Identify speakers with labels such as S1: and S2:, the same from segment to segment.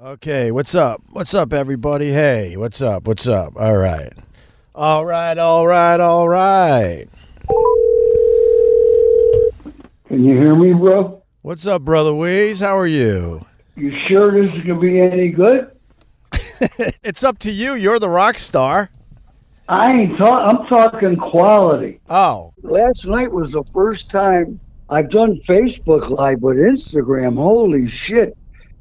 S1: Okay, what's up? What's up, everybody? Hey, what's up? What's up? All right. All right, all right, all right.
S2: Can you hear me, bro?
S1: What's up, Brother Weeze? How are you?
S2: You sure this is gonna be any good?
S1: it's up to you. You're the rock star.
S2: I ain't talk. I'm talking quality.
S1: Oh,
S2: Last night was the first time I've done Facebook Live, but Instagram. Holy shit!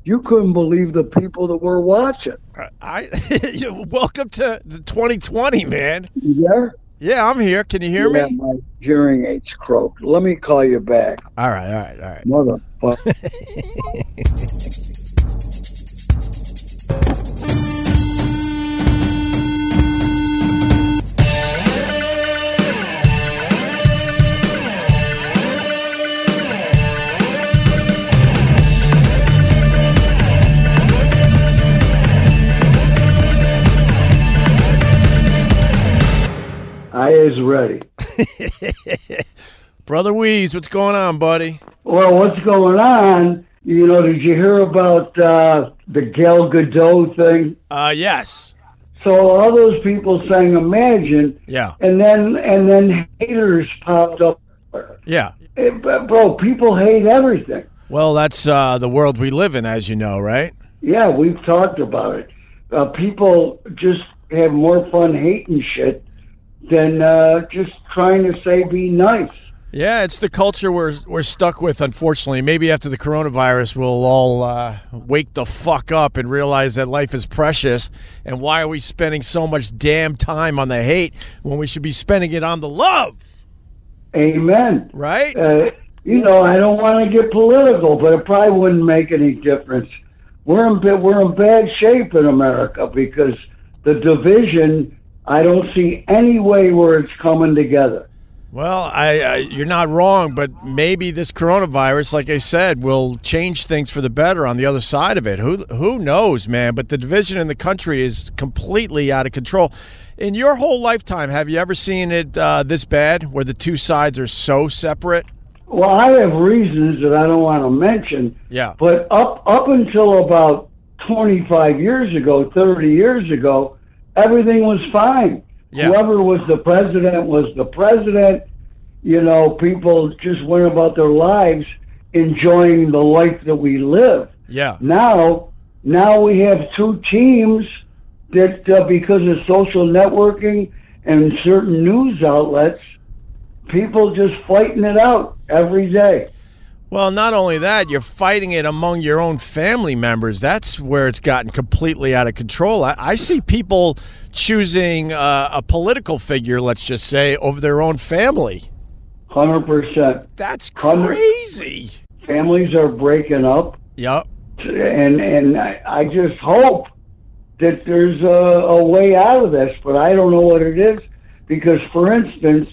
S2: You couldn't believe the people that were watching.
S1: I you- welcome to the 2020, man.
S2: You there?
S1: Yeah, I'm here. Can you hear
S2: yeah,
S1: me?
S2: my hearing aids croaked. Let me call you back,
S1: All right, all right, all right.
S2: motherfucker. I is ready.
S1: Brother Weeze, what's going on, buddy?
S2: Well, what's going on? You know, did you hear about uh, the Gal Gadot thing?
S1: Uh, yes.
S2: So all those people saying "Imagine,"
S1: Yeah,
S2: and then and then haters popped up.
S1: yeah.
S2: Eh, but, bro, people hate everything.
S1: Well, that's uh, the world we live in, as you know, right?
S2: Yeah, we've talked about it. Uh, people just have more fun hating shit than uh, just trying to say be nice.
S1: Yeah, it's the culture we're we're stuck with, unfortunately. Maybe after the coronavirus, we'll all uh, wake the fuck up and realize that life is precious. And why are we spending so much damn time on the hate when we should be spending it on the love,
S2: Amen.
S1: right?
S2: Uh, you know, I don't want to get political, but it probably wouldn't make any difference. We're in ba- we're in bad shape in America because the division. I don't see any way where it's coming together.
S1: Well, I, I you're not wrong, but maybe this coronavirus, like I said, will change things for the better on the other side of it. Who who knows, man? But the division in the country is completely out of control. In your whole lifetime, have you ever seen it uh, this bad, where the two sides are so separate?
S2: Well, I have reasons that I don't want to mention,
S1: Yeah,
S2: but up up until about 25 years ago, 30 years ago, everything was fine.
S1: Yeah.
S2: Whoever was the president was the president. You know, people just went about their lives enjoying the life that we live.
S1: yeah,
S2: Now, now we have two teams that uh, because of social networking and certain news outlets, people just fighting it out every day.
S1: Well, not only that, you're fighting it among your own family members. That's where it's gotten completely out of control. I, I see people choosing uh, a political figure, let's just say, over their own family.
S2: Hundred percent.
S1: That's
S2: Hundred-
S1: crazy.
S2: Families are breaking up,
S1: Yep.
S2: and and I, I just hope that there's a, a way out of this, but I don't know what it is because, for instance,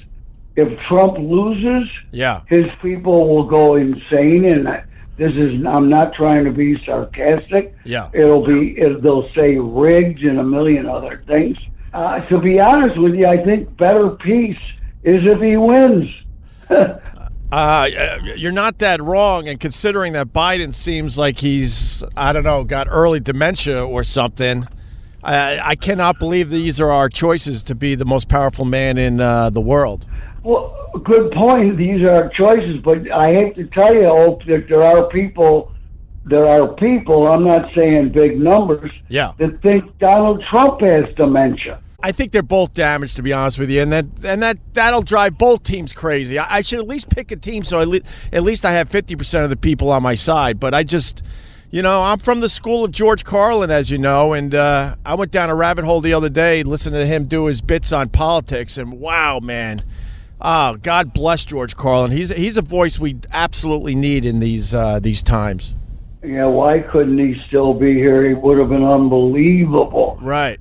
S2: if Trump loses,
S1: Yeah.
S2: his people will go insane and I- this is I'm not trying to be sarcastic
S1: Yeah.
S2: it'll be it, they'll say rigged and a million other things uh, to be honest with you I think better peace is if he wins
S1: Uh, you're not that wrong. And considering that Biden seems like he's, I don't know, got early dementia or something, I, I cannot believe these are our choices to be the most powerful man in uh, the world.
S2: well good point these are choices but I have to tell you hope that there are people there are people I'm not saying big numbers
S1: Yeah.
S2: that think Donald Trump has dementia
S1: I think they're both damaged, to be honest with you, and that and that that'll drive both teams crazy. I, I should at least pick a team, so at least at least I have fifty percent of the people on my side. But I just, you know, I'm from the school of George Carlin, as you know, and uh, I went down a rabbit hole the other day listening to him do his bits on politics, and wow, man, oh God bless George Carlin. He's he's a voice we absolutely need in these uh, these times.
S2: yeah why couldn't he still be here he would have been unbelievable Uh,
S1: Right.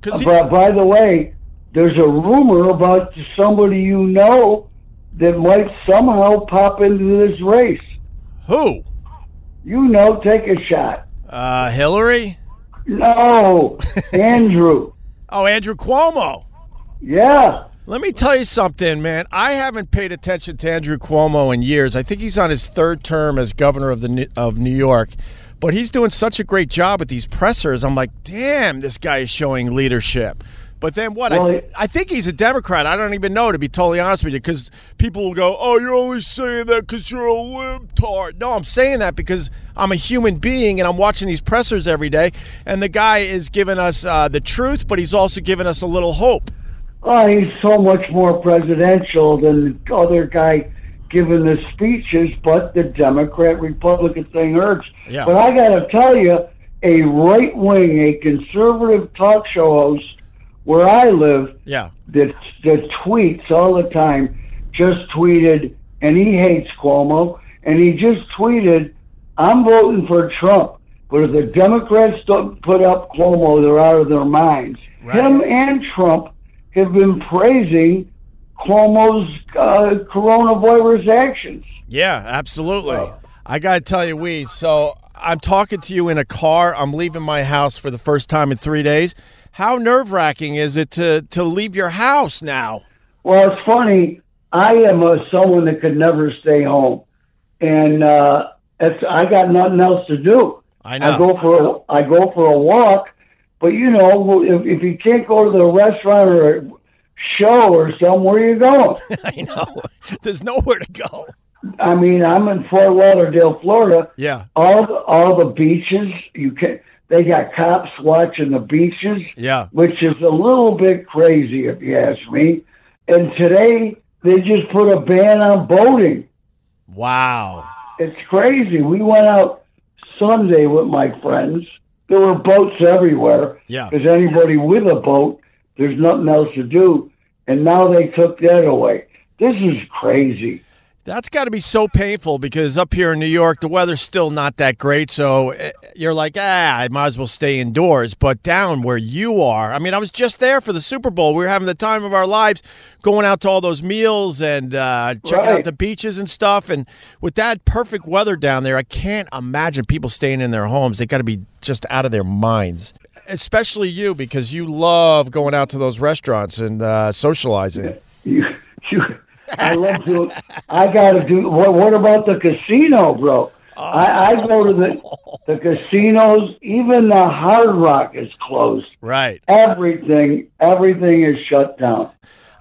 S1: Because
S2: But by the way, there's a rumor about somebody you know that might somehow pop into this race.
S1: who?
S2: You know, take a shot.
S1: Uh, Hillary?
S2: No, Andrew.
S1: Oh, Andrew Cuomo.
S2: Yeah,
S1: Let me tell you something, man. I haven't paid attention to Andrew Cuomo in years. I think he's on his third term as governor of the New- of New York, But he's doing such a great job with these pressers. I'm like, damn, this guy is showing leadership. But then what?
S2: Well,
S1: I,
S2: it-
S1: I think he's a Democrat. I don't even know, to be totally honest with you, because people will go, oh, you're only saying that because you're a libtard. No, I'm saying that because I'm a human being and I'm watching these pressers every day. And the guy is giving us uh, the truth, but he's also giving us a little hope.
S2: Oh, he's so much more presidential than the other guy giving the speeches, but the Democrat Republican thing irks.
S1: Yeah.
S2: But I got to tell you, a right wing, a conservative talk show host where I live
S1: Yeah.
S2: that, that tweets all the time just tweeted, and he hates Cuomo, and he just tweeted, I'm voting for Trump. But if the Democrats don't put up Cuomo, they're out of their minds.
S1: Right.
S2: Him and Trump have been praising Cuomo's uh, coronavirus actions.
S1: Yeah, absolutely. I got to tell you, Weed, so I'm talking to you in a car. I'm leaving my house for the first time in three days. How nerve wracking is it to, to leave your house now?
S2: Well, it's funny. I am a, someone that could never stay home, and uh, it's, I got nothing else to do.
S1: I
S2: I go for a, I go for a walk, but you know, if, if you can't go to the restaurant or a show or something, where are you going?
S1: I know. There's nowhere to go.
S2: I mean, I'm in Fort Lauderdale, Florida.
S1: Yeah.
S2: All the, all the beaches you can they got cops watching the beaches,
S1: Yeah.
S2: which is a little bit crazy if you ask me. And today they just put a ban on boating.
S1: Wow.
S2: It's crazy. We went out Sunday with my friends. There were boats everywhere.
S1: Yeah.
S2: because anybody with a boat, there's nothing else to do. And now they took that away. This is crazy.
S1: That's got to be so painful because up here in New York, the weather's still not that great. So eh, you're like, ah, I might as well stay indoors. But down where you are, I mean, I was just there for the Super Bowl. We were having the time of our lives going out to all those meals and uh, checking out
S2: Right.
S1: the beaches and stuff. And with that perfect weather down there, I can't imagine people staying in their homes. They got to be just out of their minds. Especially you, because you love going out to those restaurants and uh, socializing.
S2: You, you, I love to. I got to do. What, what about the casino, bro? I, I go to the the casinos. Even the Hard Rock is closed.
S1: Right.
S2: Everything, everything is shut down.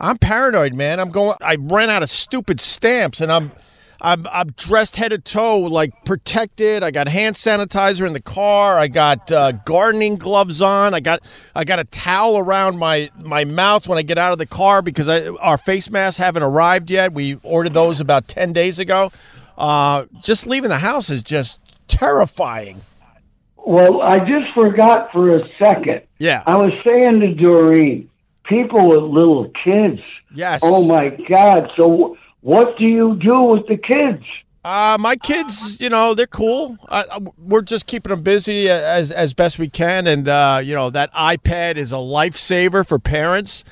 S1: I'm paranoid, man. I'm going. I ran out of stupid stamps, and I'm, I'm, I'm dressed head to toe, like protected. I got hand sanitizer in the car. I got uh, gardening gloves on. I got, I got a towel around my my mouth when I get out of the car because I, our face masks haven't arrived yet. We ordered those about ten days ago. Uh, just leaving the house is just terrifying.
S2: Well, I just forgot for a second.
S1: Yeah.
S2: I was saying to Doreen, people with little kids.
S1: Yes.
S2: Oh my God! So wh- what do you do with the kids?
S1: Uh, my kids, you know, they're cool. Uh, uh, we're just keeping them busy uh, as as best we can, and uh, you know that iPad is a lifesaver for parents.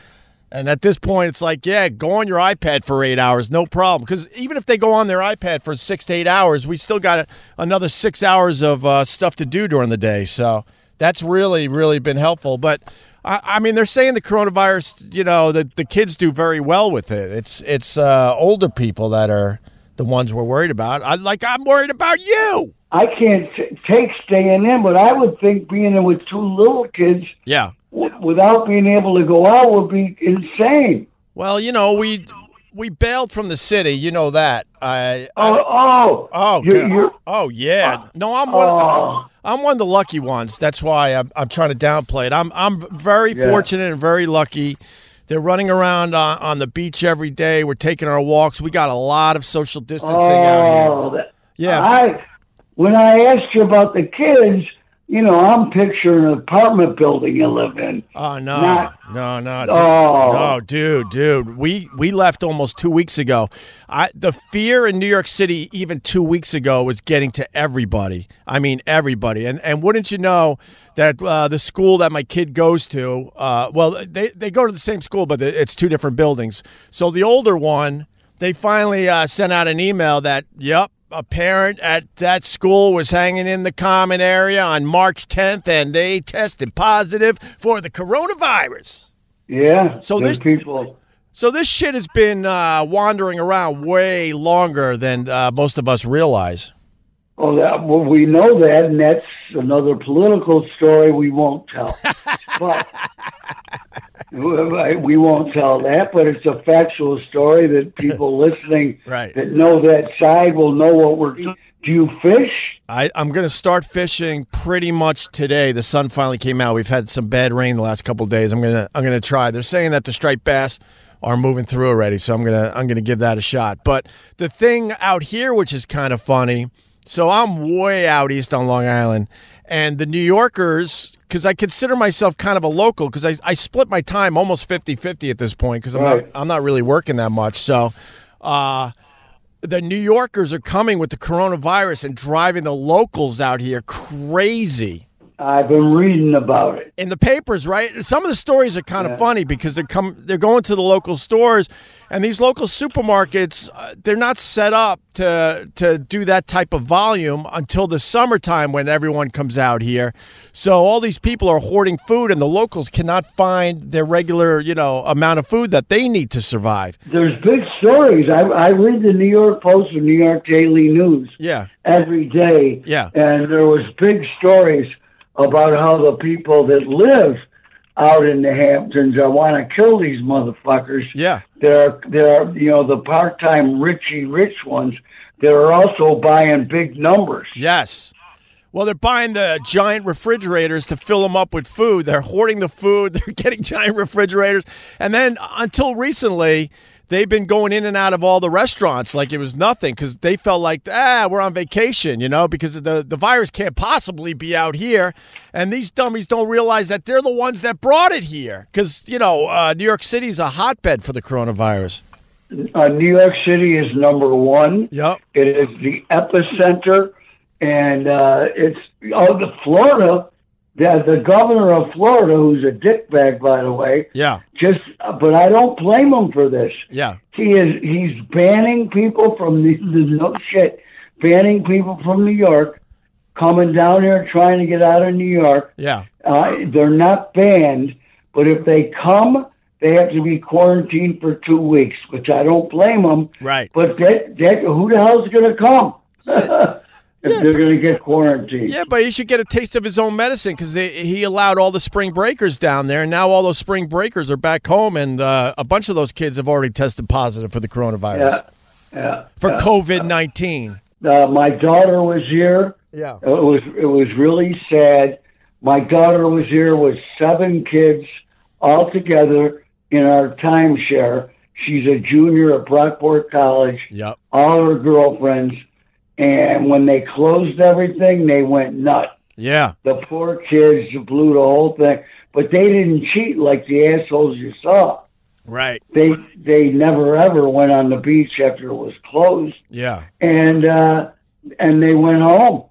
S1: And at this point, it's like, yeah, go on your iPad for eight hours, no problem. Because even if they go on their iPad for six to eight hours, we still got another six hours of uh, stuff to do during the day. So that's really, really been helpful. But I, I mean, they're saying the coronavirus, you know, that the kids do very well with it. It's it's uh, older people that are the ones we're worried about. I like I'm worried about you.
S2: I can't t- take staying in, but I would think being in with two little kids
S1: Yeah.
S2: w- without being able to go out would be insane.
S1: Well, you know, we we bailed from the city. You know that. I, I
S2: Oh, oh,
S1: oh
S2: you're,
S1: God.
S2: you're-
S1: oh yeah. No, I'm one.
S2: oh,
S1: I'm one of the lucky ones. That's why I'm, I'm trying to downplay it. I'm I'm very
S2: Yeah.
S1: fortunate and very lucky. They're running around on, on the beach every day. We're taking our walks. We got a lot of social distancing out here.
S2: oh. that-
S1: Yeah.
S2: I when I asked you about the kids, you know, I'm picturing an apartment building you live in.
S1: Oh no,
S2: Not-
S1: no, no, dude,
S2: Oh.
S1: no, dude, dude. We we left almost two weeks ago. I the fear in New York City even two weeks ago was getting to everybody. I mean everybody. And and wouldn't you know that uh, the school that my kid goes to, uh, well, they they go to the same school, but it's two different buildings. So the older one, they finally uh, sent out an email that, yep, a parent at that school was hanging in the common area on March 10th and they tested positive for the coronavirus.
S2: Yeah.
S1: So
S2: there's
S1: this-
S2: people.
S1: So this shit has been uh, wandering around way longer than uh, most of us realize.
S2: Oh, that well, we know that, and that's another political story we won't tell. but we won't tell that, but it's a factual story that people listening
S1: Right.
S2: that know that side will know what we're. Do you fish?
S1: I, I'm going to start fishing pretty much today. The sun finally came out. We've had some bad rain the last couple of days. I'm gonna I'm gonna try. They're saying that the striped bass are moving through already, so I'm gonna I'm gonna give that a shot. But the thing out here, which is kind of funny, so I'm way out east on Long Island, and the New Yorkers, because I consider myself kind of a local, because I, I split my time almost 50-50 at this point, because I'm
S2: Right.
S1: not I'm not really working that much. So. Uh, the New Yorkers are coming with the coronavirus and driving the locals out here crazy.
S2: I've been reading about it.
S1: In the papers, right? Some of the stories are kind of funny because they're come they're going to the local stores and these local supermarkets uh, they're not set up to to do that type of volume until the summertime when everyone comes out here. So all these people are hoarding food and the locals cannot find their regular, you know, amount of food that they need to survive.
S2: There's big stories. I, I read the New York Post and New York Daily News
S1: Yeah.
S2: every day.
S1: Yeah.
S2: And there was big stories about how the people that live out in the Hamptons are want to kill these motherfuckers.
S1: Yeah.
S2: They're they're you know the part time richy rich ones that are also buying big numbers.
S1: Yes. Well, they're buying the giant refrigerators to fill them up with food. They're hoarding the food. They're getting giant refrigerators. And then uh, until recently, they've been going in and out of all the restaurants like it was nothing because they felt like, ah, we're on vacation, you know, because the, the virus can't possibly be out here. And these dummies don't realize that they're the ones that brought it here because, you know, uh, New York City's a hotbed for the coronavirus.
S2: Uh, New York City is number one.
S1: Yep.
S2: It is the epicenter, and uh, it's oh the Florida. The, the governor of Florida, who's a dickbag, by the way,
S1: Yeah.
S2: just but I don't blame him for this.
S1: Yeah.
S2: He is he's banning people from the, the no shit, banning people from New York, coming down here trying to get out of New York.
S1: Yeah.
S2: Uh, they're not banned, but if they come, they have to be quarantined for two weeks, which I don't blame them.
S1: Right.
S2: But that that who the hell's gonna come if they're gonna get quarantined?
S1: Yeah, but he should get a taste of his own medicine because he allowed all the spring breakers down there, and now all those spring breakers are back home, and uh, a bunch of those kids have already tested positive for the coronavirus
S2: Yeah. yeah.
S1: for COVID nineteen.
S2: Uh, my daughter was here.
S1: Yeah,
S2: It was it was really sad. My daughter was here with seven kids all together in our timeshare. She's a junior at Brockport College.
S1: yep,
S2: All her girlfriends, and when they closed everything, they went nuts.
S1: yeah,
S2: The poor kids blew the whole thing, but they didn't cheat like the assholes you saw.
S1: right,
S2: They they never ever went on the beach after it was closed,
S1: yeah,
S2: and uh, and they went home.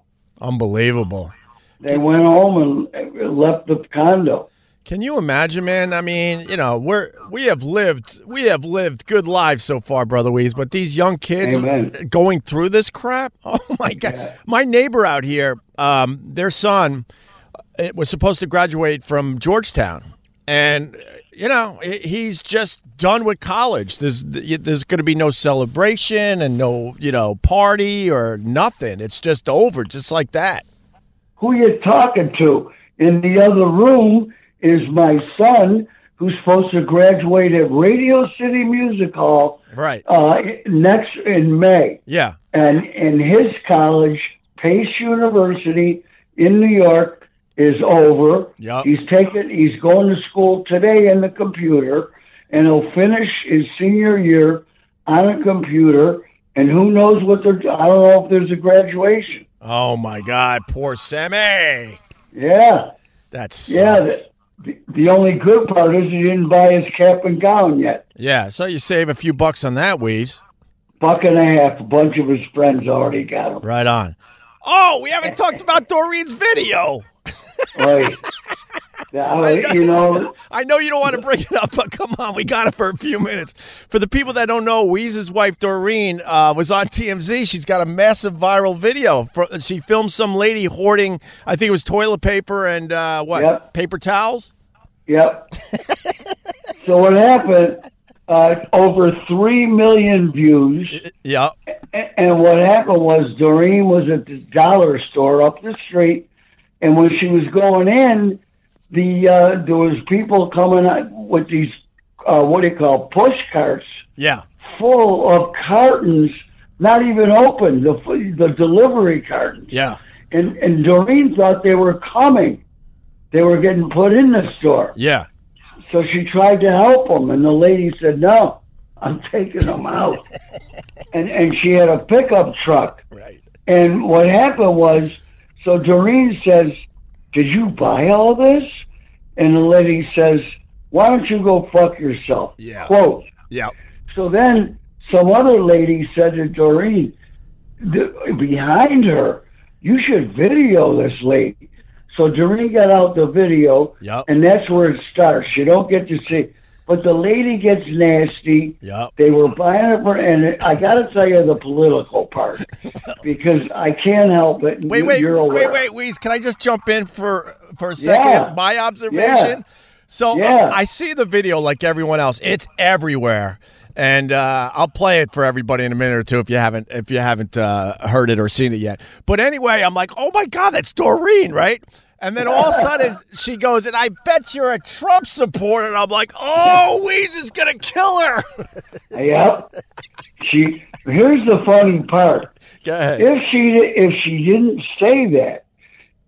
S1: unbelievable.
S2: They went home and left the condo.
S1: Can you imagine, man? I mean, you know, we're we have lived we have lived good lives so far, brother Weeze, but these young kids
S2: Amen.
S1: going through this crap. Oh my god.
S2: Yeah.
S1: My neighbor out here, um, their son it was supposed to graduate from Georgetown. And uh, you know, he- he's just done with college. There's there's going to be no celebration and no, you know, party or nothing. It's just over just like that.
S2: Who you talking to? In the other room is my son, who's supposed to graduate at Radio City Music Hall
S1: Right.
S2: uh, next in May.
S1: Yeah.
S2: and and his college, Pace University in New York, is over.
S1: Yup.
S2: He's taking he's going to school today in the computer, and he'll finish his senior year on a computer. And who knows what they're? I don't know if there's a graduation.
S1: Oh my god, poor Sammy.
S2: Yeah,
S1: That's
S2: yeah. The, the only good part is he didn't buy his cap and gown yet.
S1: yeah. So you save a few bucks on that, Wheeze.
S2: Buck and a half. A bunch of his friends already got him.
S1: Right on. Oh, we haven't talked about Doreen's video.
S2: Right. Yeah, I- you know,
S1: I know you don't want to bring it up, but come on, we got it for a few minutes. For the people that don't know, Weeze's wife Doreen uh, was on TMZ. She's got a massive viral video. For, she filmed some lady hoarding, I think it was toilet paper and uh, what
S2: Yep.
S1: paper towels.
S2: Yep. so what happened? uh, over three million views.
S1: Yeah.
S2: A- And what happened was Doreen was at the dollar store up the street, and when she was going in, the uh, there was people coming out with these uh, what do you call push carts
S1: Yeah.
S2: full of cartons, not even open the the delivery cartons
S1: Yeah.
S2: and and Doreen thought they were coming. They were getting put in the store,
S1: Yeah.
S2: so she tried to help them, and the lady said, "No, I'm taking them out." and and she had a pickup truck,
S1: Right.
S2: and what happened was, so Doreen says, "Did you buy all this?" And the lady says, "Why don't you go fuck yourself?"
S1: Yeah.
S2: Quote.
S1: Yeah.
S2: So then some other lady said to Doreen, "The- behind her, you should video this lady. So Doreen got out the video,
S1: Yep.
S2: and that's where it starts. You don't get to see. But the lady gets nasty.
S1: Yep.
S2: They were buying it for, and I got to tell you the political part because I can't help it. and
S1: Wait,
S2: you-
S1: wait,
S2: you're
S1: wait,
S2: aware.
S1: wait, Weez. Can I just jump in for for a second?
S2: Yeah.
S1: My observation. So uh,
S2: Yeah.
S1: I see the video like everyone else. It's everywhere, and uh, I'll play it for everybody in a minute or two if you haven't if you haven't uh, heard it or seen it yet. But anyway, I'm like, oh my god, that's Doreen, right? And then all of a sudden she goes, and I bet you're a Trump supporter. And I'm like, oh, Weez is gonna kill her.
S2: Yep. She. Here's the funny part.
S1: Go ahead.
S2: if she if she didn't say that,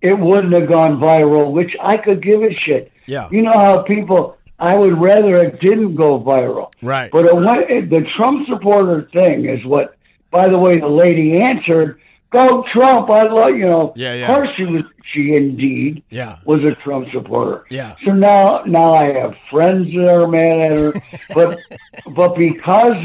S2: it wouldn't have gone viral. Which I could give a shit.
S1: Yeah.
S2: You know how people. I would rather it didn't go viral.
S1: Right.
S2: But it went, it- the Trump supporter thing is what. By the way, the lady answered, "Go Trump." I love you know.
S1: Yeah, yeah.
S2: Of course, she was. She indeed
S1: Yeah.
S2: was a Trump supporter.
S1: Yeah.
S2: So now, now I have friends that are mad at her, but but because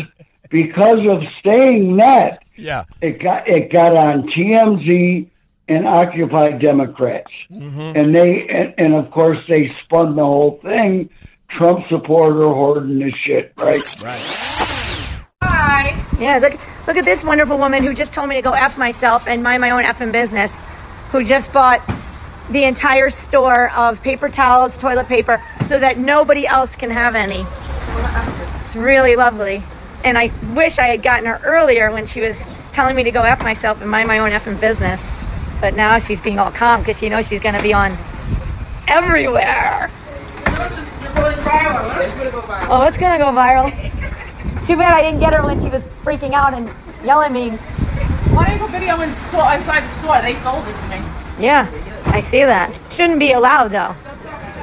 S2: because of saying that,
S1: Yeah.
S2: it got it got on TMZ and Occupy Democrats,
S1: Mm-hmm.
S2: and they and, and of course they spun the whole thing. Trump supporter hoarding this shit, right?
S1: Right.
S3: Hi.
S4: Yeah, look look at this wonderful woman who just told me to go F myself and mind my own effing business, who just bought the entire store of paper towels, toilet paper, so that nobody else can have any. It's really lovely. And I wish I had gotten her earlier when she was telling me to go F myself and mind my own effing business. But now she's being all calm because she knows she's going to be on everywhere. Oh, it's going to go viral. Too bad I didn't get her when she was freaking out and yelling at me.
S3: Why don't you put video in store, inside the store? They sold it to me.
S4: Yeah, I see that. Shouldn't be allowed though.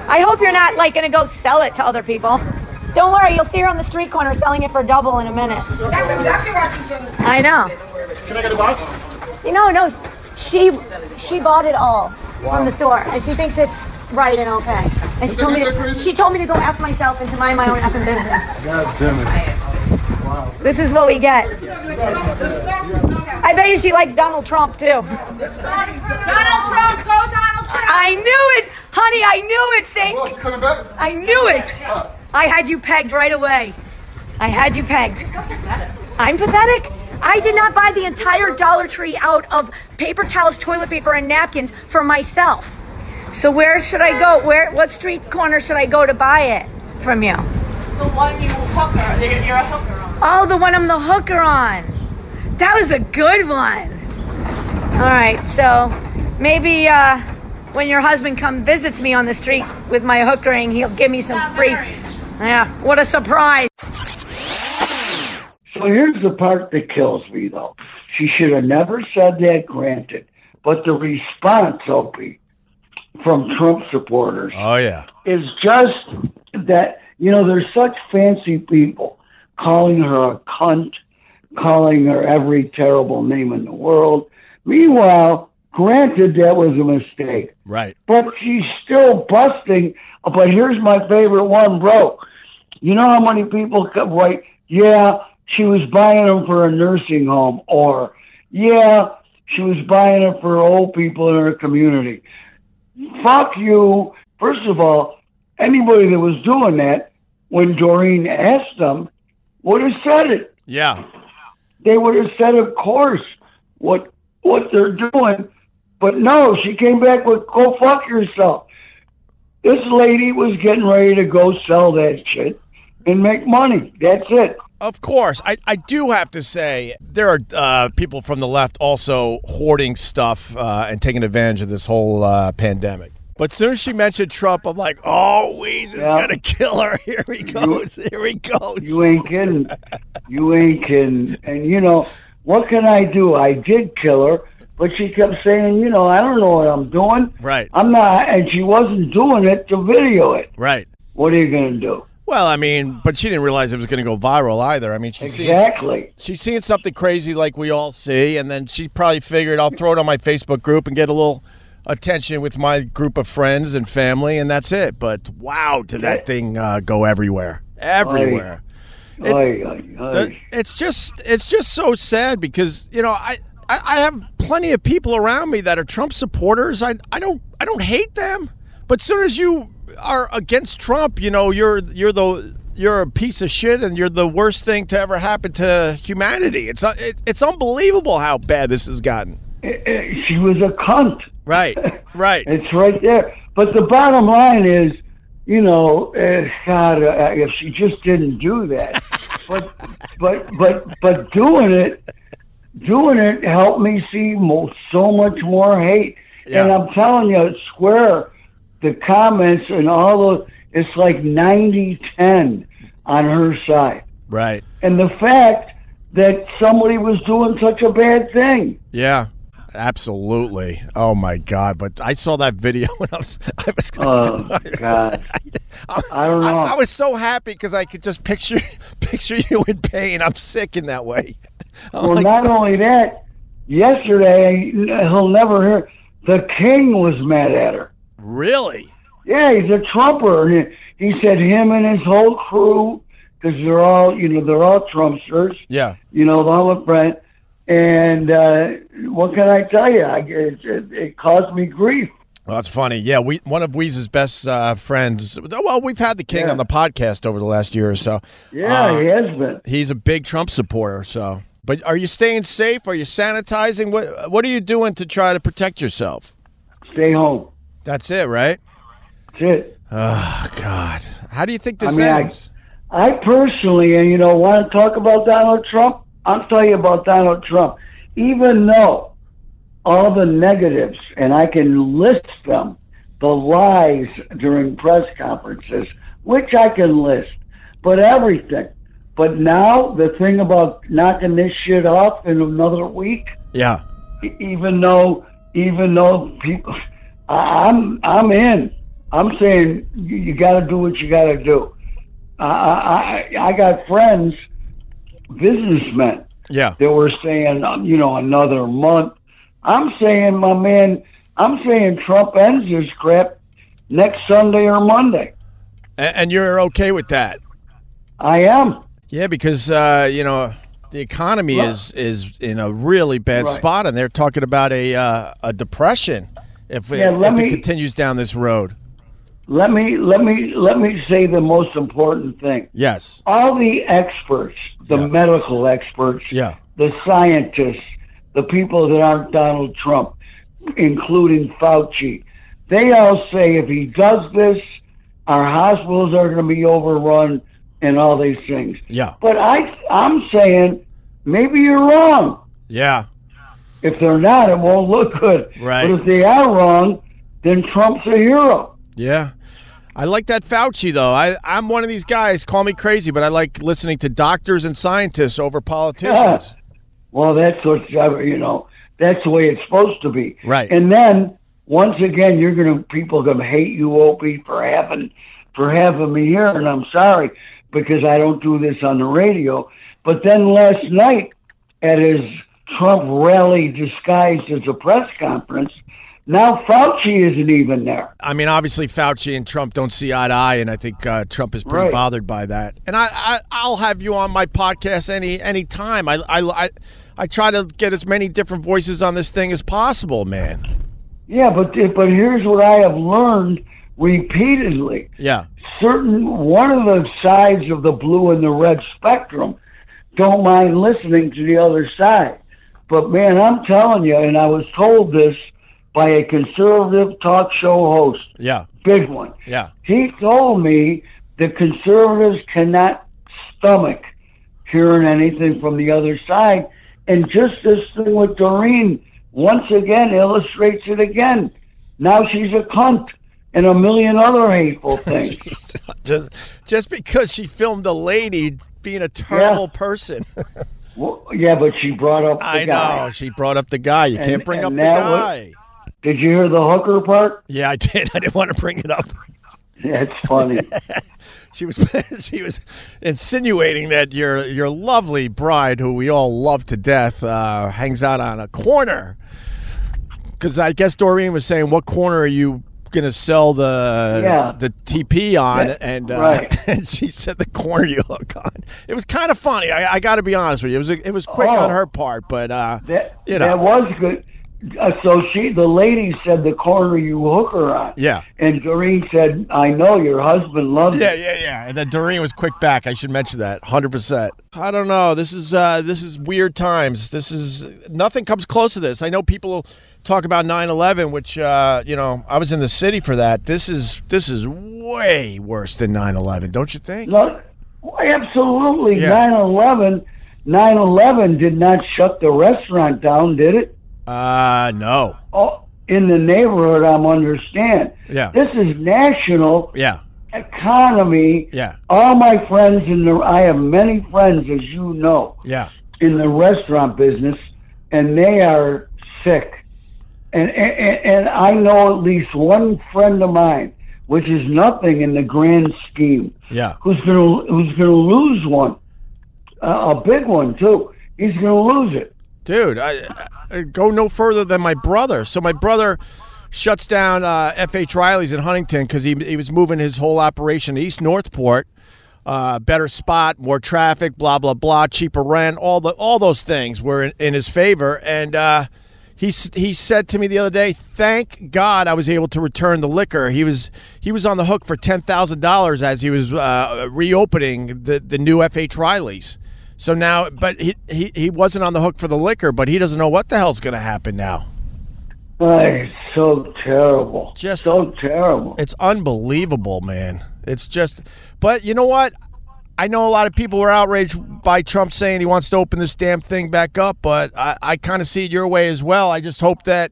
S4: I hope you're not like gonna go sell it to other people. Don't worry, you'll see her on the street corner selling it for double in a minute.
S3: That's exactly what she's doing.
S4: I know.
S3: Can I get a box?
S4: You know, no, she she bought it all from the store, and she thinks it's right and okay. And she told me to, she told me to go f myself and to mind my own effing business. This is what we get. I bet you she likes Donald Trump too.
S3: Donald Trump, go Donald Trump!
S4: I knew it, honey. I knew it. Thank
S5: Look, coming back.
S4: I knew it. I had you pegged right away. I had you pegged. I'm pathetic. I did not buy the entire Dollar Tree out of paper towels, toilet paper, and napkins for myself. So where should I go? Where? What street corner should I go to buy it from you?
S3: The one you hooker, you're you're a hooker on.
S4: Oh, the one I'm the hooker on. That was a good one. All right, so maybe uh, when your husband come visits me on the street with my hook ring, he'll give me some free. Yeah, what a surprise.
S2: So here's the part that kills me, though. She should have never said that. Granted, but the response, Opie, from Trump supporters
S1: Oh yeah.
S2: is just that you know there's such fancy people calling her a cunt, calling her every terrible name in the world. Meanwhile, granted that was a mistake,
S1: Right.
S2: but she's still busting. But here's my favorite one, bro. You know how many people could write, yeah, she was buying them for a nursing home, or yeah, she was buying them for old people in her community. Fuck you. First of all, anybody that was doing that, when Doreen asked them, would have said it
S1: Yeah.
S2: they would have said, of course, what what they're doing. But no, she came back with go fuck yourself. This lady was getting ready to go sell that shit. and make money. That's it.
S1: Of course, I, I do have to say there are uh, people from the left also hoarding stuff uh, and taking advantage of this whole uh, pandemic. But soon as she mentioned Trump, I'm like, oh, Weez is
S2: Yeah.
S1: gonna kill her. Here he goes. Here he goes.
S2: You ain't kidding. You ain't kidding. And you know, what can I do? I did kill her, but she kept saying, you know, I don't know what I'm doing.
S1: Right.
S2: I'm not, and she wasn't doing it to video it.
S1: right.
S2: What are you going to do?
S1: Well, I mean, but she didn't realize it was gonna go viral either. I mean, she sees
S2: Exactly.
S1: she's seeing something crazy like we all see, and then she probably figured I'll throw it on my Facebook group and get a little attention with my group of friends and family, and that's it. But wow, did that thing uh, go everywhere? Everywhere.
S2: Oy, oy, oy.
S1: The- Uh, it's just it's just so sad because you know I, I I have plenty of people around me that are Trump supporters. I I don't I don't hate them, but soon as you are against Trump, you know you're you're the you're a piece of shit and you're the worst thing to ever happen to humanity. It's uh, it, it's unbelievable how bad this has gotten.
S2: Eh, eh, she was a cunt.
S1: Right, right.
S2: It's right there. But the bottom line is, you know, eh, God, uh, if she just didn't do that, but but but but doing it, doing it helped me see mo- so much more hate. And
S1: Yeah.
S2: I'm telling you, Square, the comments and all those, it's like 90-10 on her side.
S1: Right.
S2: And the fact that somebody was doing such a bad thing.
S1: Yeah. Absolutely. Oh my God! But I saw that video and I was I was
S2: Oh God.
S1: I,
S2: I don't know.
S1: I, was so happy because I could just picture picture you in pain. I'm sick in that way. I'm
S2: Well,
S1: like,
S2: not only that, yesterday he'll never hear. The king was mad at her.
S1: really?
S2: Yeah, he's a Trumper, and he, he said him and his whole crew, because they're all you know they're all Trumpsters.
S1: Yeah.
S2: You know, along with Brent. And uh, what can I tell you? I, it, it, it caused me grief.
S1: Well, that's funny. Yeah, we one of Weeze's best uh, friends. Well, we've had the king
S2: Yeah.
S1: on the podcast over the last year or so.
S2: Yeah,
S1: Uh,
S2: he has been.
S1: He's a big Trump supporter. So, but are you staying safe? Are you sanitizing? What What are you doing to try to protect yourself?
S2: Stay home.
S1: That's it, right?
S2: That's it.
S1: Oh God, how do you think this
S2: I mean, I-
S1: ends?
S2: I personally, and you know, want to talk about Donald Trump. I'll tell you about Donald Trump. Even though all the negatives, and I can list them, the lies during press conferences, which I can list, but everything. But now the thing about knocking this shit off in another week,
S1: yeah,
S2: e- even though, even though people, I, I'm, I'm in. I'm saying you, you got to do what you got to do. I, I I got friends, businessmen,
S1: yeah,
S2: that were saying, um, you know, another month. I'm saying, my man, I'm saying Trump ends this crap next Sunday or Monday.
S1: A- and you're okay with that?
S2: I am.
S1: Yeah, because uh, you know the economy is is in a really bad
S2: Right.
S1: spot, and they're talking about a uh, a depression if it,
S2: Yeah, let
S1: if it
S2: me-
S1: continues down this road.
S2: Let me let me let me say the most important thing.
S1: Yes.
S2: All the experts, the
S1: Yeah.
S2: medical experts,
S1: Yeah.
S2: the scientists, the people that aren't Donald Trump, including Fauci, they all say if he does this, our hospitals are going to be overrun and all these things.
S1: Yeah.
S2: But I, I'm saying maybe you're wrong.
S1: Yeah.
S2: If they're not, it won't look good.
S1: Right.
S2: But if they are wrong, then Trump's a hero.
S1: Yeah. I like that Fauci though. I I'm one of these guys. Call me crazy, but I like listening to doctors and scientists over politicians.
S2: Well, that's what's uh, you know. That's the way it's supposed to be.
S1: Right.
S2: And then once again, you're gonna people gonna hate you, Opie, for having for having me here, and I'm sorry because I don't do this on the radio. But then last night at his Trump rally disguised as a press conference, now Fauci isn't even there.
S1: I mean, obviously, Fauci and Trump don't see eye to eye, and I think uh, Trump is pretty
S2: Right.
S1: bothered by that. And I, I, I'll have you on my podcast any any time. I, I, I, I try to get as many different voices on this thing as possible, man.
S2: Yeah, but but here's what I have learned repeatedly.
S1: Yeah,
S2: certain one of the sides of the blue and the red spectrum don't mind listening to the other side. But man, I'm telling you, and I was told this by a conservative talk show host,
S1: yeah,
S2: big one.
S1: yeah,
S2: He told me the conservatives cannot stomach hearing anything from the other side. And just this thing with Doreen once again illustrates it again. Now she's a cunt and a million other hateful things.
S1: just just because she filmed a lady being a terrible person.
S2: Well, yeah, but she brought up the
S1: I
S2: guy.
S1: know. She brought up the guy. You can't
S2: And-
S1: bring
S2: and
S1: up the
S2: that was-
S1: guy.
S2: Did you hear the hooker part?
S1: yeah, I did. I didn't want to bring it up.
S2: That's funny.
S1: She was she was insinuating that your your lovely bride, who we all love to death, uh, hangs out on a corner. Because I guess Doreen was saying, "What corner are you going to sell the
S2: Yeah.
S1: the TP on?" And uh,
S2: right.
S1: and she said, "The corner you hook on." It was kind of funny. I, I got to be honest with you. It was it was quick
S2: Oh.
S1: on her part, but uh,
S2: That,
S1: you know,
S2: that was good. Uh, so she, the lady said the corner you hook her on.
S1: yeah.
S2: And Doreen said, I know your husband loves
S1: Yeah,
S2: you.
S1: yeah, yeah. And then Doreen was quick back. I should mention that. Hundred percent. I don't know. This is uh, this is weird times. This is nothing comes close to this. I know people talk about 9-11, which uh, you know I was in the city for that. This is this is way worse than 9-11, don't you think?
S2: No, well, absolutely.
S1: Yeah.
S2: Nine eleven, nine eleven did not shut the restaurant down, did it?
S1: Uh no.
S2: Oh, in the neighborhood, I'm understand.
S1: Yeah.
S2: This is national
S1: Yeah,
S2: economy.
S1: yeah,
S2: All my friends in the, I have many friends, as you know,
S1: yeah.
S2: in the restaurant business, and they are sick. And, and, and I know at least one friend of mine, which is nothing in the grand scheme,
S1: Yeah,
S2: who's gonna who's gonna lose one, uh, a big one too. He's gonna lose it.
S1: dude. I, I go no further than my brother. So my brother shuts down uh, FH Riley's in Huntington because he he was moving his whole operation to East Northport. uh, better spot, more traffic, blah blah blah, cheaper rent, all the all those things were in, in his favor. And uh, he s- he said to me the other day, "Thank God I was able to return the liquor." He was he was on the hook for ten thousand dollars as he was uh, reopening the the new FH Riley's. So now, but he, he he wasn't on the hook for the liquor, but he doesn't know what the hell's going to happen now.
S2: Ay, so terrible.
S1: Just-
S2: so terrible.
S1: It's unbelievable, man. It's just, but you know what? I know a lot of people were outraged by Trump saying he wants to open this damn thing back up, but I, I kind of see it your way as well. I just hope that,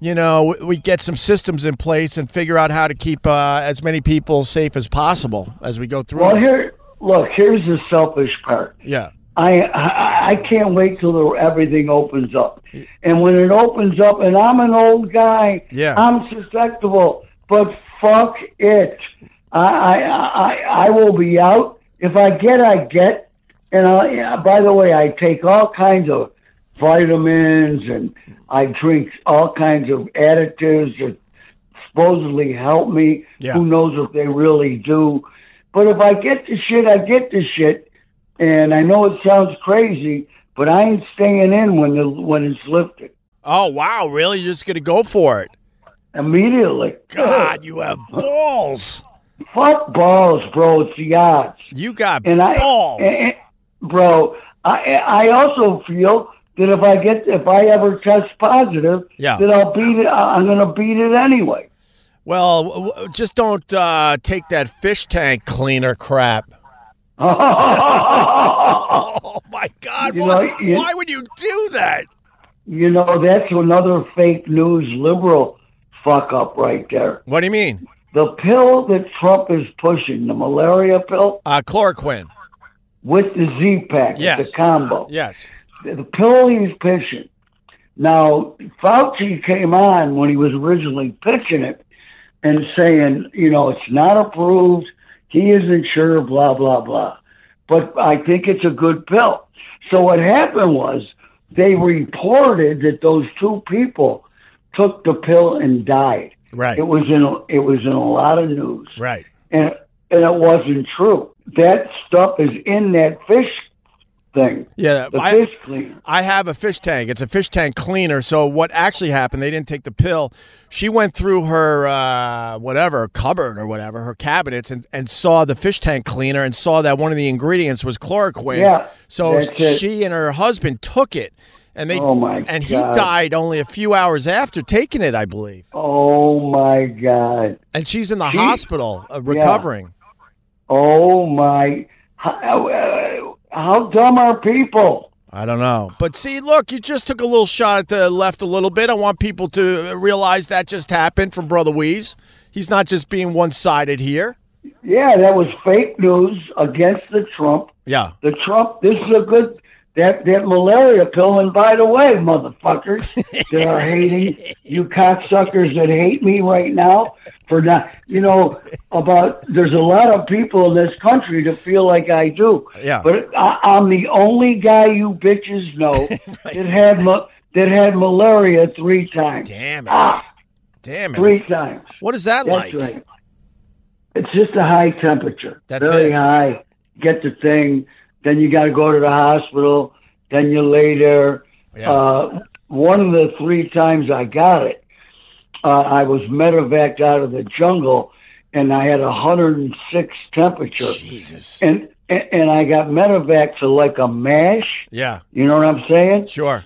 S1: you know, w- we get some systems in place and figure out how to keep uh, as many people safe as possible as we go through.
S2: Well,
S1: this.
S2: here, look. Here's the selfish part.
S1: yeah,
S2: I I, I can't wait till the, everything opens up, and when it opens up, and I'm an old guy.
S1: Yeah.
S2: I'm susceptible, but fuck it. I I I, I will be out. If I get, I get. And I, yeah, by the way, I take all kinds of vitamins, and I drink all kinds of additives that supposedly help me.
S1: Yeah.
S2: Who knows if they really do? But if I get the shit, I get the shit. And I know it sounds crazy, but I ain't staying in when the when it's lifted
S1: Oh wow, really? You're just gonna go for it?
S2: immediately.
S1: God, you have balls.
S2: Fuck balls, bro. It's the odds.
S1: You got
S2: And I,
S1: balls.
S2: eh, eh, bro. I I also feel that if I get if I ever test positive,
S1: Yeah.
S2: that I'll beat it. I- I'm gonna beat it anyway.
S1: Well, w- w- just don't uh, take that fish tank cleaner crap. Oh my God!
S2: You
S1: why,
S2: know, you-
S1: why would you do that?
S2: you know that's another fake news liberal fuck up right there.
S1: What do you mean?
S2: The pill that Trump is pushing, the malaria pill
S1: Uh, chloroquine.
S2: with the Z pack,
S1: Yes.
S2: the combo.
S1: Yes.
S2: the pill he's pitching. Now, Fauci came on when he was originally pitching it and saying, you know, it's not approved. He isn't sure, blah, blah, blah. But I think it's a good pill. So what happened was they reported that those two people took the pill and died.
S1: Right.
S2: It was in a, it was in a lot of news
S1: Right.
S2: and and it wasn't true. That stuff is in that fish thing.
S1: Yeah.
S2: The
S1: I-
S2: fish cleaner.
S1: I have a fish tank. It's a fish tank cleaner. So what actually happened? They didn't take the pill. She went through her uh, whatever cupboard or whatever her cabinets and, and saw the fish tank cleaner and saw that one of the ingredients was chloroquine.
S2: Yeah,
S1: So
S2: that's it.
S1: she and her husband took it, and they
S2: Oh, my
S1: and he
S2: God.
S1: died only a few hours after taking it, I believe.
S2: Oh my God!
S1: And she's in the hospital uh, recovering.
S2: Oh my! How, uh, how dumb are people?
S1: I don't know. But see, look, you just took a little shot at the left a little bit. I want people to realize that just happened from Brother Weeze. He's not just being one sided here.
S2: Yeah, that was fake news against the Trump.
S1: Yeah.
S2: The Trump. This is a good that that malaria pill. And by the way, motherfuckers that are hating you, cocksuckers that hate me right now for not, you know, about there's a lot of people in this country that feel like I do.
S1: Yeah.
S2: But I, I'm the only guy you bitches know that had ma- that had malaria three times.
S1: Damn it.
S2: Ah,
S1: Damn it.
S2: three times.
S1: What is that
S2: That's
S1: like?
S2: right. It's just a high temperature.
S1: That's
S2: very
S1: it.
S2: high. Get the thing, then you got to go to the hospital. Then you lay there.
S1: Yeah.
S2: Uh, one of the three times I got it, uh, I was medevaced out of the jungle, and I had a 106 temperature,
S1: Jesus.
S2: and and and I got medevaced to like a mash.
S1: Yeah,
S2: You know what I'm saying?
S1: sure.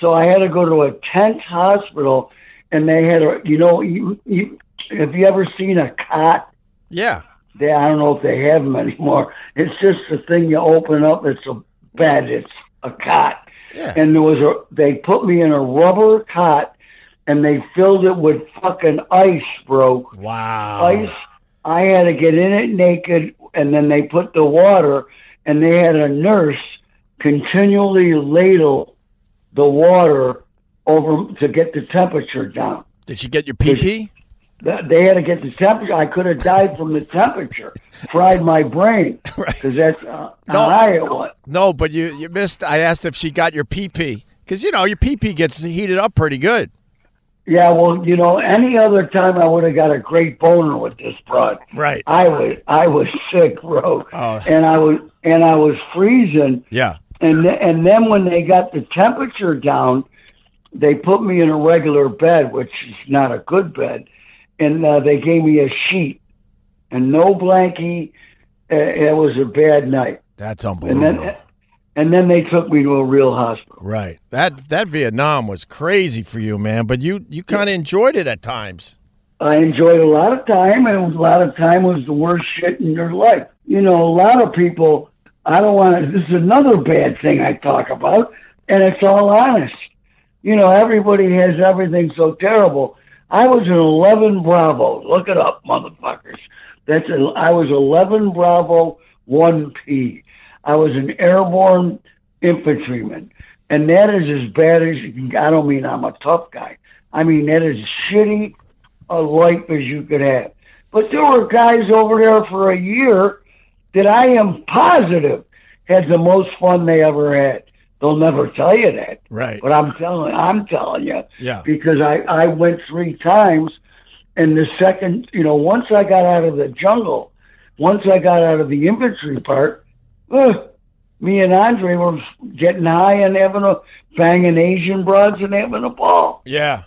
S2: So I had to go to a tent hospital, and they had a you know you, you have you ever seen a cot?
S1: Yeah.
S2: They I don't know if they have them anymore. It's just the thing you open up. It's a bed. It's a cot,
S1: Yeah.
S2: and there was a they put me in a rubber cot, and they filled it with fucking ice, bro.
S1: wow.
S2: Ice. I had to get in it naked, and then they put the water, and they had a nurse continually ladle the water over to get the temperature down.
S1: Did you get your PP?
S2: Th- They had to get the temperature. I could have died from the temperature, fried my brain,
S1: Right.
S2: because that's uh,
S1: No.
S2: how high it was.
S1: No, but you, you missed. I asked if she got your PP. Because, you know, your PP gets heated up pretty good.
S2: Yeah, well, you know, any other time I would have got a great boner with this broad.
S1: Right.
S2: I was, I was sick, bro,
S1: Oh.
S2: and I was, and I was freezing.
S1: Yeah.
S2: and th- and then when they got the temperature down, they put me in a regular bed, which is not a good bed, and uh, they gave me a sheet and no blankie. Uh, it was a bad night,
S1: That's
S2: and
S1: unbelievable.
S2: then and then they took me to a real hospital.
S1: right. That that Vietnam was crazy for you, man. But you, you kind of enjoyed it at times.
S2: I enjoyed a lot of time, and a lot of time was the worst shit in your life. You know, a lot of people. I don't want to. This is another bad thing I talk about, and it's all honest. You know, everybody has everything so terrible. I was an 11 Bravo. Look it up, motherfuckers. That's a, I was 11 Bravo 1P. I was an airborne infantryman. And that is as bad as you can. I don't mean I'm a tough guy. I mean, that is shitty a life as you could have. But there were guys over there for a year that I am positive had the most fun they ever had. They'll never tell you that.
S1: Right.
S2: But I'm telling, I'm telling you,
S1: Yeah.
S2: because I I went three times, and the second, you know, once I got out of the jungle, once I got out of the infantry part, ugh, me and Andre were getting high and having a banging Asian broads and having a ball.
S1: Yeah.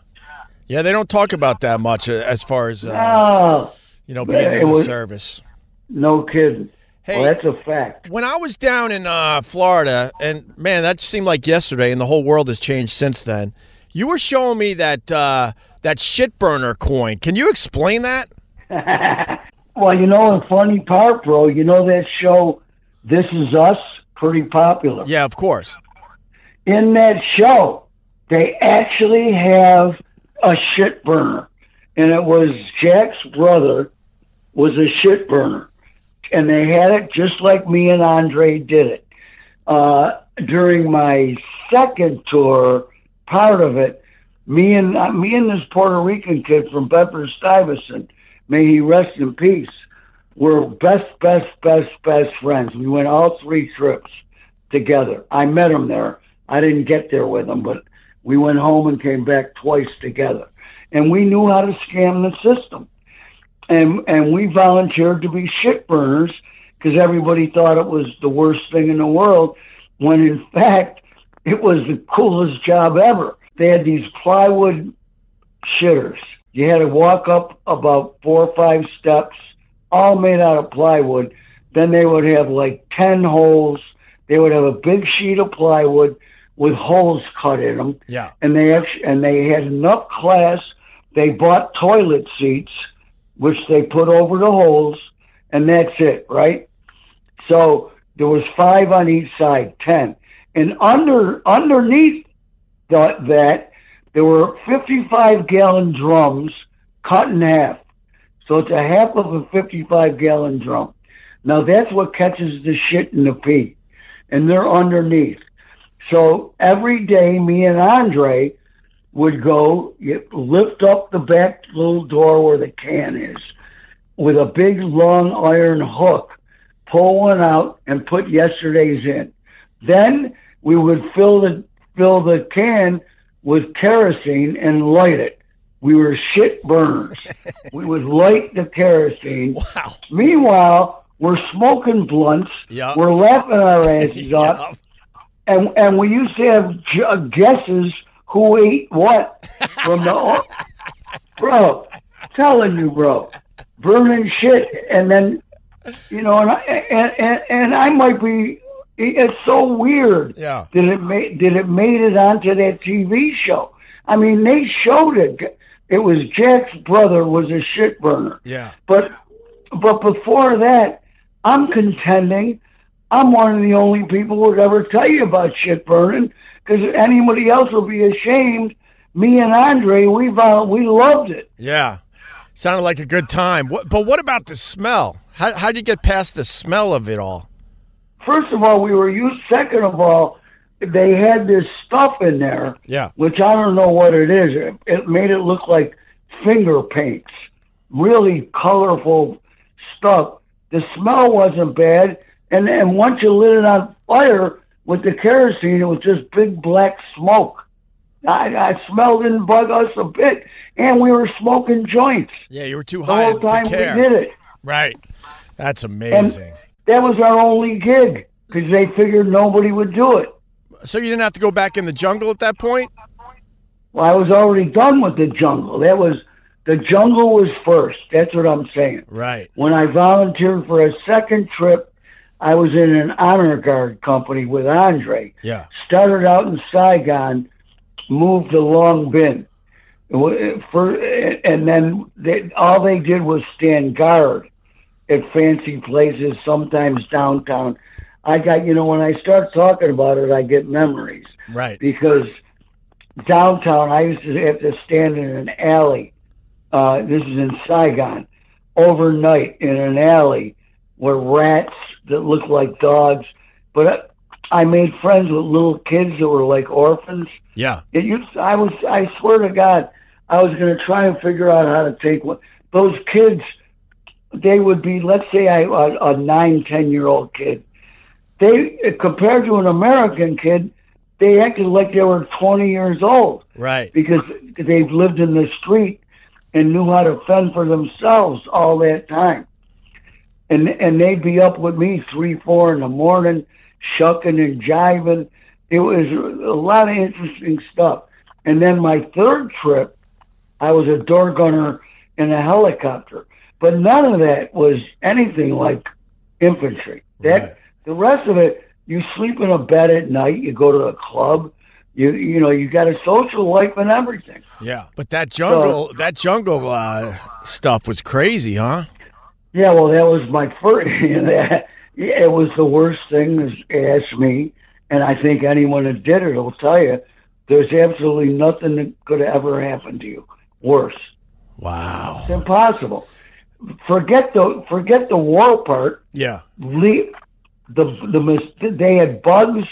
S1: Yeah, they don't talk about that much uh, as far as, uh,
S2: Oh,
S1: you know, being
S2: it
S1: in the
S2: was-
S1: service.
S2: no kidding.
S1: Hey.
S2: well, that's a fact.
S1: when I was down in uh, Florida, and man, that seemed like yesterday, and the whole world has changed since then. You were showing me that uh, that shit burner coin. Can you explain that?
S2: Well, you know the funny part, bro. You know that show, This Is Us, pretty popular.
S1: Yeah, of course.
S2: in that show, they actually have a shit burner, and it was Jack's brother was a shit burner, and they had it just like me and Andre did it. Uh, during my second tour, part of it, me and uh, me and this Puerto Rican kid from Bedford Stuyvesant, may he rest in peace, were best, best, best, best friends. We went all three trips together. I met him there. I didn't get there with him, but we went home and came back twice together. And we knew how to scam the system. And and we volunteered to be shit burners because everybody thought it was the worst thing in the world when in fact it was the coolest job ever. They had these plywood shitters. You had to walk up about four or five steps, all made out of plywood. Then they would have like 10 holes. They would have a big sheet of plywood with holes cut in them.
S1: Yeah.
S2: And they actually, and they had enough class. They bought toilet seats, which they put over the holes, and that's it, right? So there was five on each side, ten, and under underneath the, that there were fifty-five gallon drums cut in half. So it's a half of a fifty-five gallon drum. Now that's what catches the shit in the pee, and they're underneath. So every day, me and Andre would go you lift up the back little door where the can is with a big long iron hook, pull one out and put yesterday's in. Then we would fill the fill the can with kerosene and light it. We were shit burners. we would light the kerosene.
S1: Wow.
S2: Meanwhile, we're smoking blunts.
S1: Yup.
S2: We're laughing our asses off. And and we used to have j- guesses who ate what from the bro. Telling you, bro, burning shit, and then you know, and I, and, and and I might be. It's so weird
S1: Yeah.
S2: that it made that it made it onto that TV show. I mean, they showed it. It was Jack's brother was a shit burner.
S1: Yeah.
S2: But but before that, I'm contending. I'm one of the only people who would ever tell you about shit burning because anybody else will be ashamed. Me and Andre, we vol- we loved it.
S1: Yeah. Sounded like a good time. What, but what about the smell? How how do you get past the smell of it all?
S2: First of all, we were used. Second of all, they had this stuff in there,
S1: Yeah.
S2: which I don't know what it is. It, it made it look like finger paints, really colorful stuff. The smell wasn't bad, and and once you lit it on fire with the kerosene, it was just big black smoke. I, I smell didn't bug us a bit, and we were smoking joints
S1: Yeah, you were too
S2: the
S1: high
S2: whole
S1: to
S2: time we
S1: care.
S2: did it.
S1: Right. That's amazing.
S2: That was our only gig because they figured nobody would do it.
S1: so you didn't have to go back in the jungle at that point?
S2: Well, I was already done with the jungle. That was the jungle was first. That's what I'm saying.
S1: Right.
S2: When I volunteered for a second trip, I was in an honor guard company with Andre.
S1: Yeah.
S2: Started out in Saigon, moved to Long Bin, for, and then they, all they did was stand guard at fancy places, sometimes downtown. I got you know when I start talking about it, I get memories
S1: Right.
S2: because downtown I used to have to stand in an alley. Uh, this is in Saigon, overnight in an alley were rats that looked like dogs. But I, I made friends with little kids that were like orphans.
S1: Yeah.
S2: It used I was I swear to God I was going to try and figure out how to take one. Those kids, they would be let's say I, a, a nine ten year old kid. They compared to an American kid, they acted like they were twenty years old
S1: Right.
S2: because they've lived in the street and knew how to fend for themselves all that time. And and they'd be up with me three, four in the morning, shucking and jiving. It was a lot of interesting stuff. And then my third trip, I was a door gunner in a helicopter. But none of that was anything like infantry. That
S1: Right.
S2: the rest of it, you sleep in a bed at night, you go to a club, you you know, you got a social life and everything.
S1: Yeah. But that jungle, that jungle uh, stuff was crazy, huh?
S2: Yeah, well, that was my first. You know, that- yeah, it was the worst thing. is- Ask me, and I think anyone that did it will tell you. There's absolutely nothing that could ever happen to you worse.
S1: Wow.
S2: It's impossible. Forget the forget the war part.
S1: Yeah.
S2: Le- the the mis- they had bugs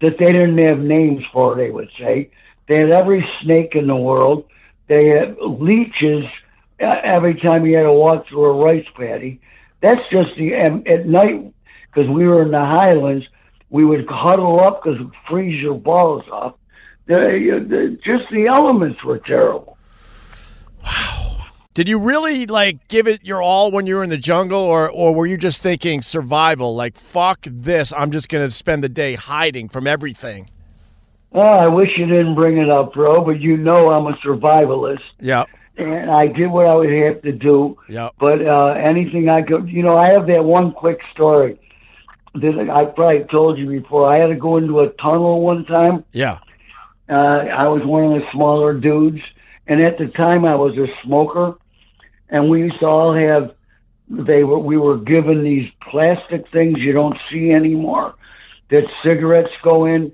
S2: that they didn't have names for. They would say they had every snake in the world. They had leeches uh, every time you had to walk through a rice paddy. That's just the and at night because we were in the highlands. We would huddle up because would freeze your balls off. The, you- the, just the elements were terrible.
S1: Did you really like give it your all when you were in the jungle, or or were you just thinking survival? Like fuck this, I'm just gonna spend the day hiding from everything.
S2: Oh, I wish you didn't bring it up, bro. But you know I'm a survivalist.
S1: Yeah.
S2: and I did what I would have to do.
S1: Yep.
S2: But uh, anything I could, you know, I have that one quick story that I probably told you before. I had to go into a tunnel one time.
S1: Yeah.
S2: Uh, I was one of the smaller dudes, and at the time I was a smoker, and we used to all have they were we were given these plastic things you don't see anymore that cigarettes go in.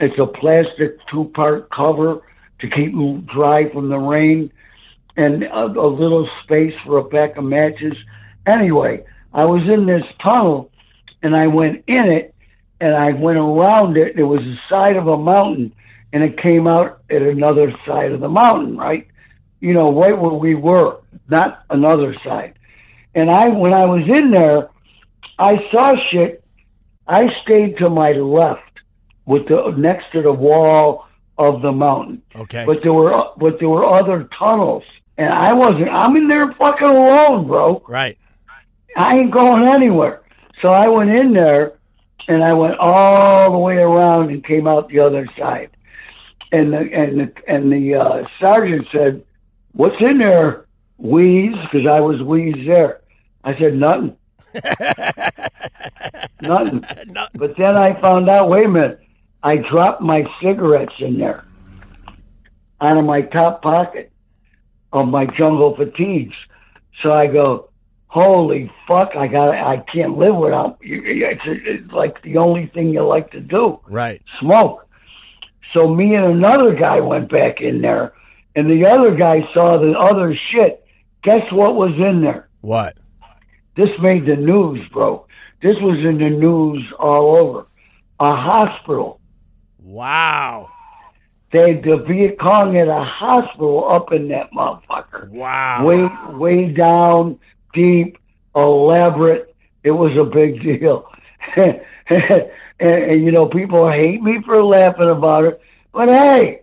S2: It's a plastic two part cover to keep them dry from the rain and a, a little space for a pack of matches. Anyway, I was in this tunnel and I went in it and I went around it. It was the side of a mountain and it came out at another side of the mountain, right? You know, right where we were, not another side. And I, when I was in there, I saw shit. I stayed to my left with the next to the wall of the mountain.
S1: Okay.
S2: But there were but there were other tunnels, and I wasn't. I'm in there fucking alone, bro.
S1: right.
S2: I ain't going anywhere. So I went in there, and I went all the way around and came out the other side. And the and the and the uh, sergeant said, "What's in there, Wheeze?" Because I was Wheeze there. I said nothing. nothing.
S1: No,
S2: But then I found out, wait a minute, I dropped my cigarettes in there out of my top pocket of my jungle fatigues. So I go, holy fuck, I got, I can't live without, it's, it's like the only thing you like to do
S1: right.
S2: smoke. So me and another guy went back in there, and the other guy saw the other shit. Guess what was in there?
S1: What?
S2: This made the news, bro. This was in the news all over. A hospital.
S1: Wow.
S2: They had the Viet Cong at a hospital up in that motherfucker.
S1: Wow.
S2: Way, way down, deep, elaborate. It was a big deal. and, and, you know, people hate me for laughing about it. But hey,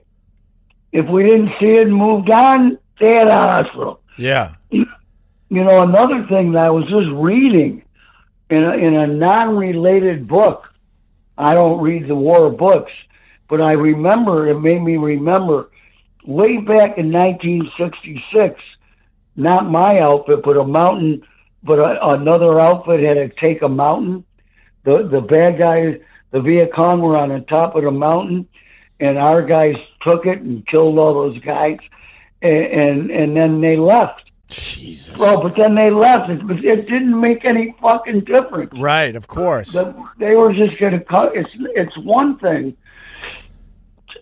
S2: if we didn't see it and moved on, they had a hospital.
S1: Yeah.
S2: you know, another thing that I was just reading in a, in a non-related book. I don't read the war books, but I remember it made me remember way back in 1966. Not my outfit, but a mountain, but a, another outfit had to take a mountain. The the bad guys, the Viet Cong, were on the top of the mountain, and our guys took it and killed all those guys, and and, and then they left.
S1: Jesus.
S2: Well, but then they left. It, but it didn't make any fucking difference.
S1: Right. Of course.
S2: The- They were just going to cut. It's it's one thing.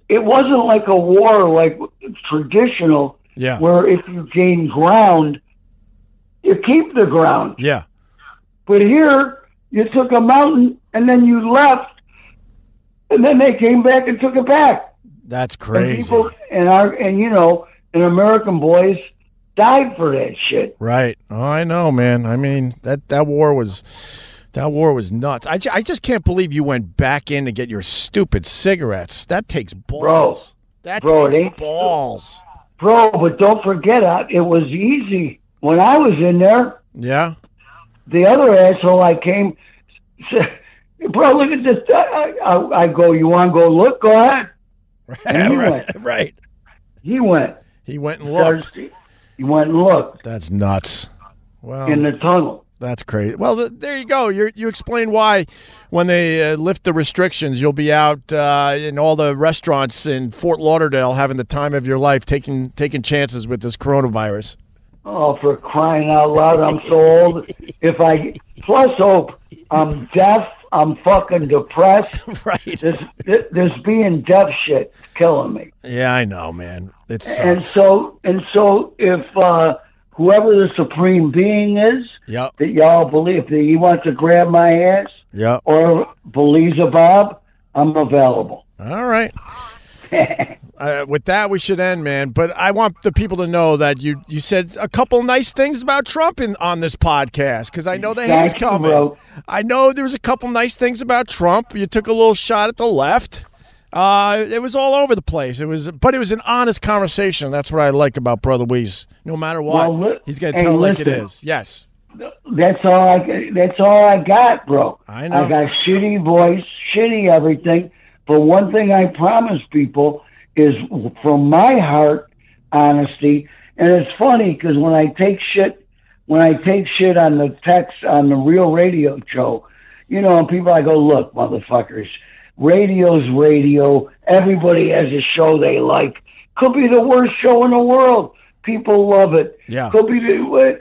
S2: It wasn't like a war like traditional,
S1: Yeah.
S2: where if you gain ground, you keep the ground.
S1: Yeah.
S2: But here, you took a mountain and then you left, and then they came back and took it back.
S1: That's
S2: And
S1: crazy.
S2: people and our and you know, and American boys died for that shit.
S1: Right. Oh, I know, man. I mean, that that war was that war was nuts. I, ju- I just can't believe you went back in to get your stupid cigarettes. That takes balls. that
S2: Bro, it
S1: takes
S2: ain't-
S1: balls.
S2: Bro, but don't forget, I- it was easy. When I was in there,
S1: Yeah.
S2: the other asshole I came, said, Bro, look at this. I, I, I go, You want to go look? Go ahead. And he
S1: right.
S2: went.
S1: Right.
S2: He went.
S1: He went and looked.
S2: Thirsty. He went and looked
S1: That's nuts. Well,
S2: in the tunnel.
S1: That's crazy. Well, th- there you go. You you explain why when they uh, lift the restrictions, you'll be out uh, in all the restaurants in Fort Lauderdale having the time of your life, taking taking chances with this coronavirus.
S2: Oh, for crying out loud, I'm so old. If I, plus, oh, I'm deaf. I'm fucking depressed.
S1: right.
S2: This, this, this being deaf shit is killing me.
S1: Yeah, I know, man. It
S2: And
S1: sucks.
S2: so, and so, if uh, whoever the supreme being is
S1: Yep.
S2: that y'all believe that he wants to grab my ass
S1: Yep.
S2: or believes a Bob, I'm available.
S1: All right. Uh, with that, we should end, man. But I want the people to know that you you said a couple nice things about Trump in, on this podcast because I know the hate's
S2: Thank you,
S1: coming.
S2: bro.
S1: I know there was a couple nice things about Trump. You took a little shot at the left. Uh, it was all over the place. It was, but it was an honest conversation. That's what I like about Brother Weeze. No matter what,
S2: Well, li-
S1: he's going to
S2: hey,
S1: tell it like it
S2: listen.
S1: is. Yes,
S2: That's all I. That's all I got, bro.
S1: I know.
S2: I got shitty voice, shitty everything. But one thing I promise people is from my heart, honesty. And it's funny because when I take shit, when I take shit on the text on the real radio show, you know, and people, I go, look, motherfuckers, radio's radio. Everybody has a show they like. Could be the
S1: Oh.
S2: worst show in the world. People love it.
S1: Yeah.
S2: Could be the,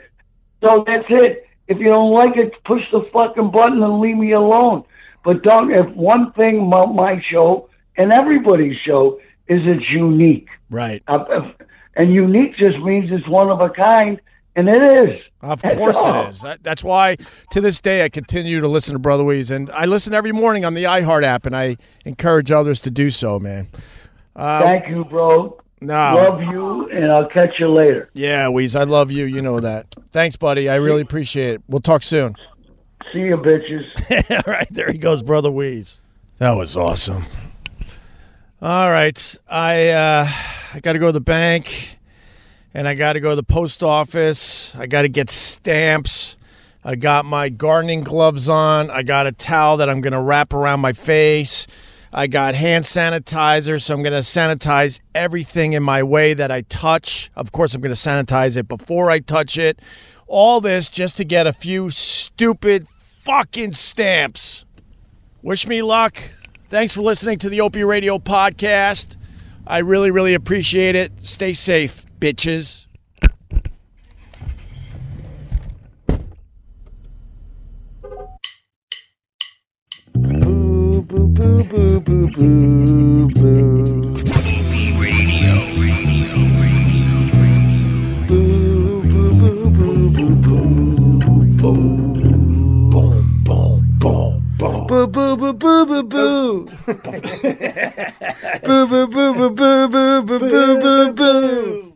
S2: so that's it. If you don't like it, push the fucking button and leave me alone. But don't. If one thing about my show and everybody's show is it's unique,
S1: Right.
S2: Uh, if- and unique just means it's one of a kind, and it is.
S1: Of course it is. That- That's why to this day I continue to listen to Brother Weeze, and I listen every morning on the iHeart app, and I encourage others to do so, man. Uh,
S2: Thank you, bro.
S1: No,
S2: Love you, and I'll catch you later.
S1: yeah, Weeze, I love you. You know that. Thanks, buddy. I really appreciate it. We'll talk soon.
S2: See you, bitches.
S1: All right, there he goes, Brother Weeze. That was awesome. All right, I uh, I got to go to the bank, and I got to go to the post office. I got to get stamps. I got my gardening gloves on. I got a towel that I'm going to wrap around my face. I got hand sanitizer, so I'm going to sanitize everything in my way that I touch. Of course, I'm going to sanitize it before I touch it. All this just to get a few stupid fucking stamps. Wish me luck. Thanks for listening to the Opie Radio podcast. I really, really appreciate it. Stay safe, bitches.
S5: Boo boo boo boo boo boo. Boo boo boo boo boo boo boo boo boo boo.